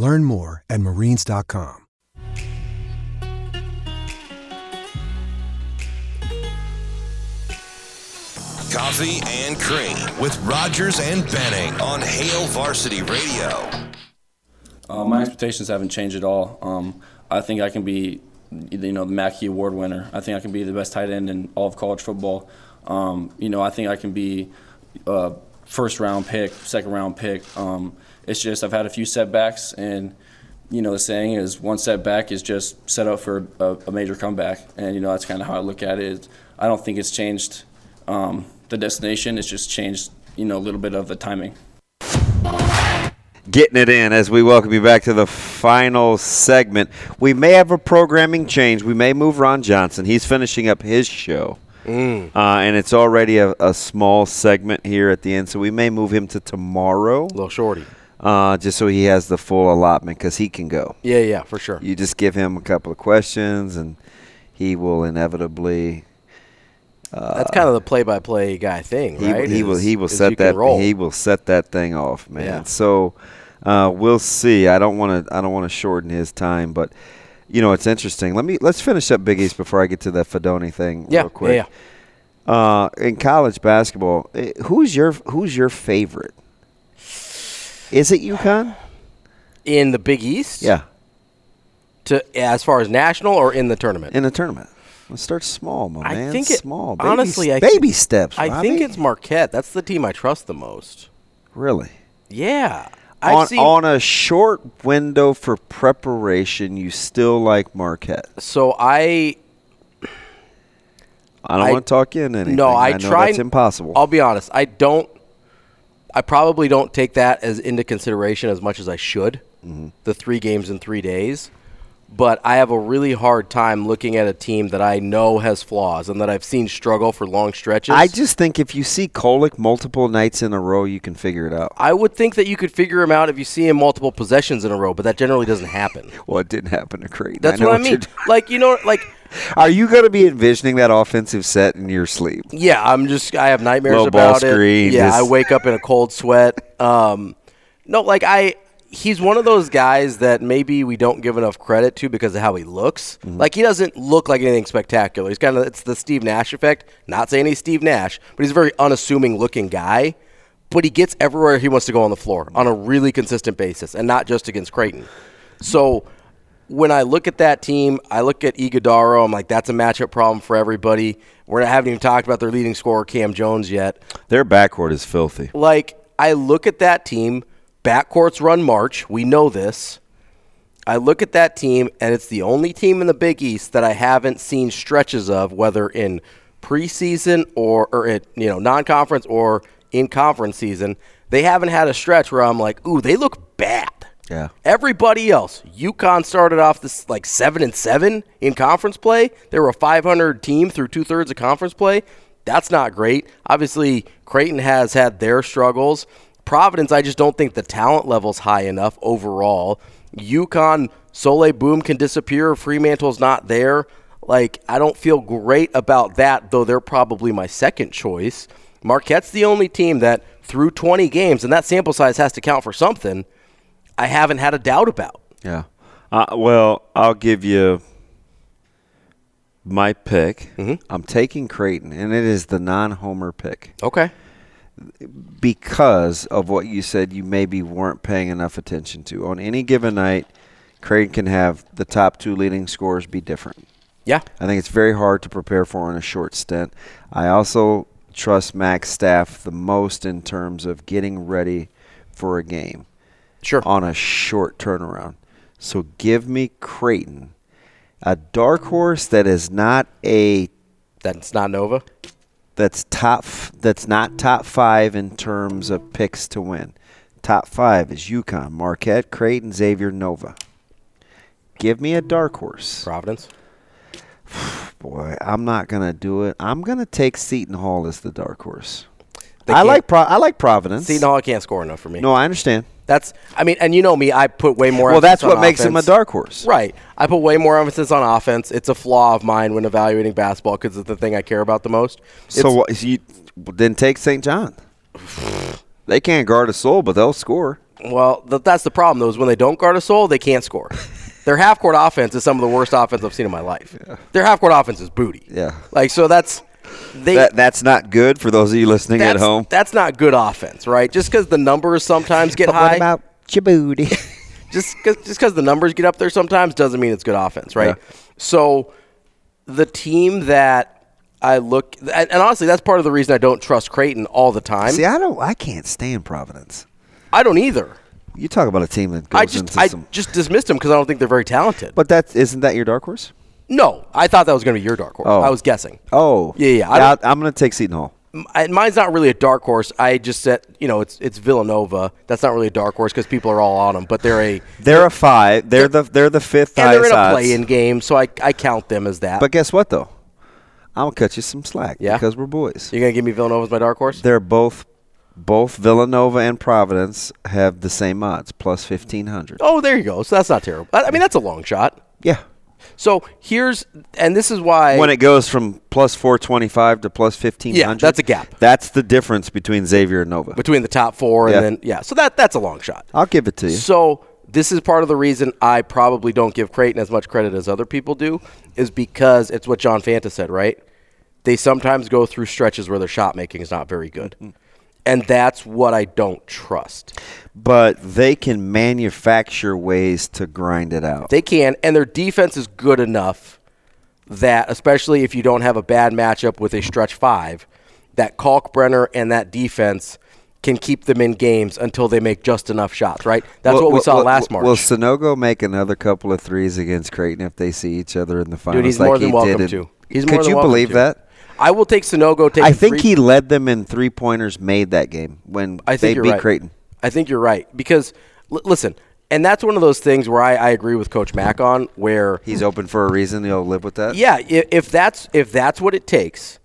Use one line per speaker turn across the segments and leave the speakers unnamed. Learn more at marines.com.
Coffee and Cream with Rogers and Benning on Hale Varsity Radio.
Uh, my expectations haven't changed at all. Um, I think I can be, you know, the Mackey Award winner. I think I can be the best tight end in all of college football. Um, you know, I think I can be uh, first round pick, second round pick. Um, it's just I've had a few setbacks, and you know, the saying is one setback is just set up for a, a major comeback. And you know, that's kind of how I look at it. I don't think it's changed um, the destination. It's just changed, you know, a little bit of the timing.
getting it in as we welcome you back to the final segment. We may have a programming change. We may move Ron Johnson. He's finishing up his show. Uh, and it's already a, a small segment here at the end, so we may move him to tomorrow,
little shorty.
uh, just so he has the full allotment because he can go.
Yeah, yeah, for sure.
You just give him a couple of questions, and he will inevitably
That's kind of the play-by-play guy thing,
uh, he,
right?
he will
Is-
he will
is
set
you can
that
roll.
he will set that thing off, man.
Yeah.
So uh, we'll see. I don't want to I don't want to shorten his time, but you know it's interesting. Let me let's finish up Big East before I get to that Fedoni thing
yeah,
real quick.
yeah, yeah.
Uh, in college basketball, eh, who's your who's your favorite? Is it UConn?
In the Big East,
Yeah,
To as far as national or in the tournament,
in a tournament. Let's start small, my
I
man.
think it-
small. Baby,
honestly, I think-
baby steps.
I think
Robbie.
it's Marquette. That's the team I trust the most.
really.
Yeah, I've
on,
seen-
on a short window for preparation, you still like Marquette.
So I
I don't
I-
want to talk you into anything.
no, I,
know
try.
that's impossible.
I'll be honest. I don't. I probably don't take that as into consideration as much as I should.
Mm-hmm.
The three games in three days, but I have a really hard time looking at a team that I know has flaws and that I've seen struggle for long stretches.
I just think if you see Kolick multiple nights in a row, you can figure it out.
I would think that you could figure him out if you see him multiple possessions in a row, but that generally doesn't happen.
Well, it didn't happen to Creighton.
That's
know
what I
you're
mean.
doing.
Like you know, like
Are you going to be envisioning that offensive set in your sleep?
yeah, I'm just I have nightmares
Low ball
about it.
screen,
yeah,
just-
I wake up in a cold sweat. Um, no, like I, he's one of those guys that maybe we don't give enough credit to because of how he looks.
Mm-hmm.
Like he doesn't look like anything spectacular. He's kind of it's the Steve Nash effect. Not saying he's Steve Nash, but he's a very unassuming looking guy. But he gets everywhere he wants to go on the floor on a really consistent basis, and not just against Creighton. So when I look at that team, I look at Iguodaro. I'm like, that's a matchup problem for everybody. We're not haven't even talked about their leading scorer Cam Jones yet.
Their backcourt is filthy.
Like I look at that team. Backcourts run March. We know this. I look at that team, and it's the only team in the Big East that I haven't seen stretches of, whether in preseason or, or at, you know non-conference or in conference season. They haven't had a stretch where I'm like, ooh, they look bad.
Yeah.
Everybody else, UConn started off this like seven and seven in conference play. They were a 500 team through two thirds of conference play. That's not great. Obviously, Creighton has had their struggles. Providence, I just don't think the talent level's high enough overall. UConn, Soleil Boom can disappear. Fremantle's not there. Like, I don't feel great about that, though they're probably my second choice. Marquette's the only team that, through 20 games, and that sample size has to count for something, I haven't had a doubt about.
Yeah. Uh, well, I'll give you my pick.
Mm-hmm.
I'm taking Creighton, and it is the non-homer pick.
Okay.
because of what you said you maybe weren't paying enough attention to. On any given night, Creighton can have the top two leading scorers be different.
Yeah.
I think it's very hard to prepare for in a short stint. I also trust Mac's staff the most in terms of getting ready for a game
Sure.
on a short turnaround. So give me Creighton, a dark horse that is not a
That's not Nova.
that's top that's not top five in terms of picks to win. Top five is UConn, Marquette, Creighton, Xavier, Nova. Give me a dark horse.
Providence.
Boy, I'm not gonna do it. I'm gonna take Seton Hall as the dark horse.
They
I
can't-
like Pro- I like Providence.
Seton Hall can't score enough for me.
No, I understand.
That's I mean, and you know me, I put way more.
Well, that's
emphasis
what
on
makes him a
offense.
dark horse.
Right. I put way more emphasis on offense. It's a flaw of mine when evaluating basketball because it's the thing I care about the most. It's-
So what, you then take St. John. They can't guard a soul, but they'll score.
well, th- that's the problem though. Is when they don't guard a soul, they can't score. Their half court offense is some of the worst offense I've seen in my life. Their half court offense is booty.
Yeah.
Like so that's they.
That that's not good for those of you listening at
that's,
home.
that's not good offense, right? Just because the numbers sometimes get high.
Djibouti?
just cause, just because the numbers get up there sometimes doesn't mean it's good offense, right?
Yeah.
So the team that I look and, and honestly, that's part of the reason I don't trust Creighton all the time.
See, I don't. I can't stand Providence.
I don't either.
You talk about a team that goes
I just
into
I
some.
just dismissed them because I don't think they're very talented.
But that isn't that your dark horse?
no, I thought that was going to be your dark horse.
Oh.
I was guessing.
Oh,
Yeah, yeah, I
I
don't-
I'm going to take Seton Hall.
M- and mine's not really a dark horse. I just said, you know, it's it's Villanova. That's not really a dark horse because people are all on them, but they're a
They're a five. They're the they're the fifth
and they're
highest
in a
odds.
play-in game, so I, I count them as that.
But guess what though? I'm gonna cut you some slack.
Yeah?
because we're boys.
you're gonna give me Villanova as my dark horse?
They're both both Villanova and Providence have the same odds plus fifteen hundred.
Oh, there you go. So that's not terrible. I I mean, that's a long shot.
Yeah.
So here's, and this is why.
When it goes from plus four twenty five to plus fifteen hundred,
that's a gap.
That's the difference between Xavier and Nova.
between the top four and
Yeah.
then yeah, so that that's a long shot.
I'll give it to you.
So this is part of the reason I probably don't give Creighton as much credit as other people do, is because it's what John Fanta said, right? They sometimes go through stretches where their shot making is not very good,
Mm-hmm.
and that's what I don't trust.
but they can manufacture ways to grind it out.
They can, and their defense is good enough that, especially if you don't have a bad matchup with a stretch five, that Kalkbrenner and that defense can keep them in games until they make just enough shots, right? That's
Will-
what we
will-
saw
will-
last March.
Will Sonogo make another couple of threes against Creighton if they see each other in the finals?
Dude, he's
like
more than
he
welcome
did in-
to. He's
Could
more than
you
welcome
believe
to.
that?
I will take Sonogo. Take
I think he led them in three pointers made that game when
I think
they
you're
beat
right.
Creighton.
I think you're right because l- listen, and that's one of those things where I, I agree with Coach Mack on where
He's open for a reason. He'll live with that.
Yeah, if, if that's if that's what it takes,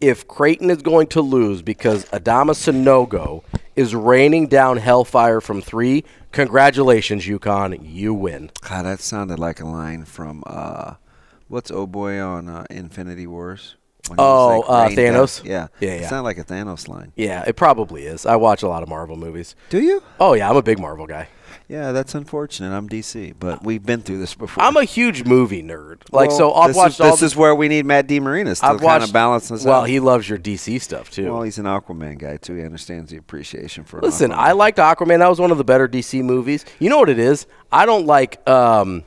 if Creighton is going to lose because Adama Sinogo is raining down hellfire from three, congratulations, UConn, you win.
God, that sounded like a line from uh, what's oh boy on uh, Infinity Wars? When he was,
Oh, uh,
rained down-
Thanos?
Yeah,
Yeah,
It
yeah.
sounded like a Thanos line.
Yeah, it probably is. I watch a lot of Marvel movies.
Do you?
Oh yeah, I'm a big Marvel guy.
Yeah, that's unfortunate. I'm DC, but we've been through this before.
I'm a huge movie nerd. Like so,
Well,
I've
this
watched
Is,
all.
this
the-
is where we need Matt DeMarinas to
I've
kind
watched
of balance this
Well,
out.
he loves your DC stuff too.
well, he's an Aquaman guy too. He understands the appreciation for. an
Listen,
Aquaman.
I liked Aquaman. That was one of the better DC movies. You know what it is? I don't like um,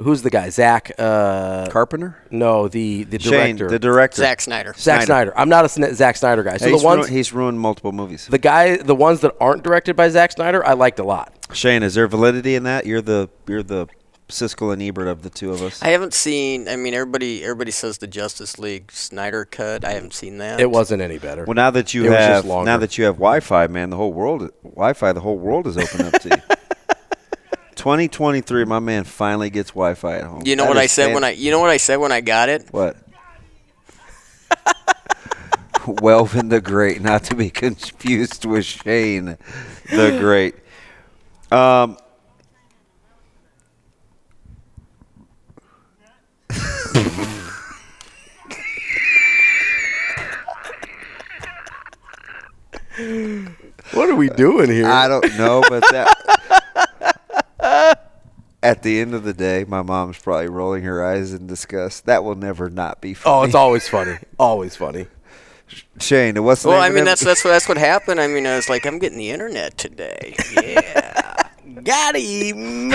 who's the guy? Zach. Uh,
Carpenter.
No, the the
Shane,
director,
the director.
Zack Snyder.
Zack Snyder. I'm not a Sn- Zack Snyder guy. So
He's,
the ones,
ruined, he's ruined multiple movies.
the guy, the ones that aren't directed by Zack Snyder, I liked a lot.
Shane, is there validity in that? You're the you're the Siskel and Ebert of the two of us.
I haven't seen. I mean, everybody everybody says the Justice League Snyder cut. I haven't seen that.
It wasn't any better.
well, now that you
It was just
have
longer.
now that you have Wi-Fi, man, the whole world Wi-Fi, the whole world is open up to you. 2023, my man finally gets Wi-Fi at home.
You know
That
what
is
I said
fan-
when I. You know what I said when I got it.
What? Welvin the Great, not to be confused with Shane the Great. Um,
what are we doing here?
I don't know, but that. At the end of the day, my mom's probably rolling her eyes in disgust. That will never not be funny.
oh, it's always funny. Always funny.
Shane. What's the
Well,
name
I
of
mean
that-
that's that's what that's what happened. I mean, I was like, I'm getting the internet today. Yeah,
Got him.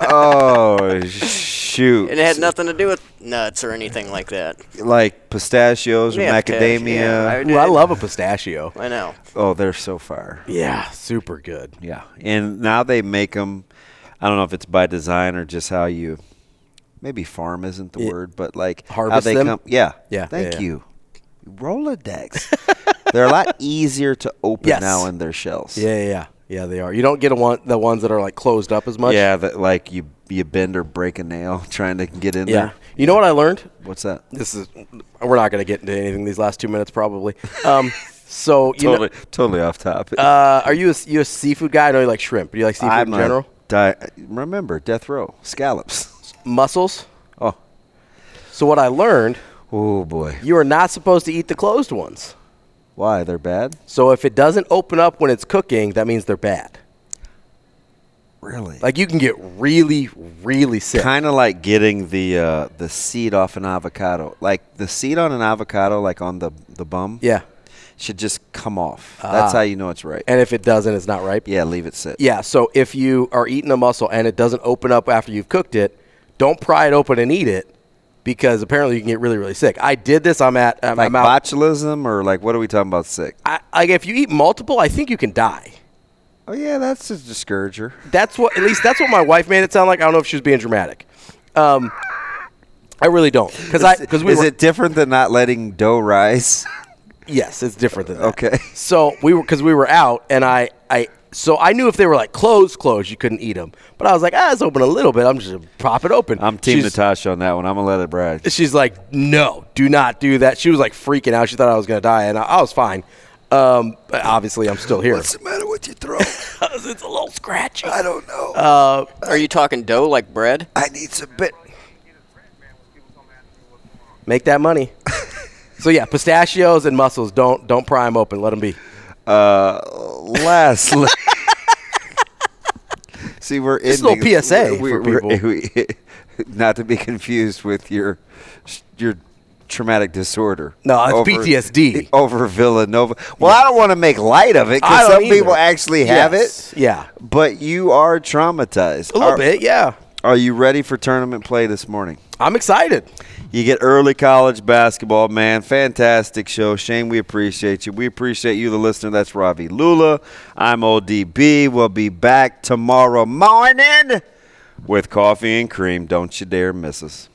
Oh shoot!
and it had nothing to do with nuts or anything like that.
like pistachios or
Yeah, potash,
macadamia.
yeah, I would-
Ooh, I love a pistachio.
I know.
oh, they're so fire.
Yeah, super good.
Yeah, and now they make them. I don't know if it's by design or just how you. Maybe farm isn't the
Yeah.
word, but like how
Harvest
they
them?
come. Yeah,
Yeah,
Thank
yeah, yeah.
you. Rolodex. They're a lot easier to open
Yes.
now in their shells.
Yeah, yeah, yeah. Yeah, they are. You don't get a one the ones that are like closed up as much.
Yeah, that like you you bend or break a nail trying to get in
Yeah.
there.
You know what I learned?
What's that?
This is we're not going to get into anything these last two minutes probably. Um, so you
totally, totally off topic.
know, uh, are you a, you a seafood guy? I know you like shrimp. Do you like seafood
I'm
in general?
A di- remember death row scallops.
Mussels.
Oh,
So what I learned,
oh boy.
you are not supposed to eat the closed ones.
Why they're bad?
So if it doesn't open up when it's cooking, that means they're bad.
Really? Like
Like you can get really, really sick.
kind of like getting the uh, the seed off an avocado. Like the seed on an avocado, like on the the bum.
yeah.
Should just come off. That's
Ah.
how you know it's right.
And if it doesn't, it's not ripe.
yeah, leave it sit.
Yeah, so if you are eating a mussel and it doesn't open up after you've cooked it, don't pry it open and eat it because apparently you can get really, really sick. I did this. I'm at I'm,
Like
I'm out.
botulism or like what are we talking about? Sick.
I, like if you eat multiple, I think you can die.
Oh yeah, that's a discourager.
That's what at least that's what my wife made it sound like. I don't know if she was being dramatic. Um, I really don't because I because we
is
were,
it different than not letting dough rise?
yes, it's different than that.
Okay.
So we were because we were out, and I I so I knew if they were like closed, closed, you couldn't eat them. But I was like, ah, it's open a little bit. I'm just gonna pop it open.
I'm team
She's-
Natasha on that one. I'm gonna let it ride.
She's like, no, do not do that. She was like freaking out. She thought I was gonna die, and I, I was fine. Um, but obviously, I'm still here.
the matter with your throat?
it's a little scratchy.
I don't know.
Are you talking dough like bread?
I need some bit.
Make that money. so yeah, pistachios and mussels. Don't don't pry them open. Let them be.
Uh, Lastly, see, we're
Just a little
ending-
PSA for
we- not to be confused with your your traumatic disorder.
No, it's PTSD.
over Villanova. Well, I don't want to make light of it
I
because
don't
some
either.
people actually have
Yes,
it.
yeah.
but you are traumatized
A little
Are-
bit, yeah.
Are you ready for tournament play this morning?
I'm excited.
You get early college basketball, man. Fantastic show. Shane, we appreciate you. We appreciate you, the listener. That's Ravi Lula. I'm ODB. We'll be back tomorrow morning with coffee and cream. Don't you dare miss us.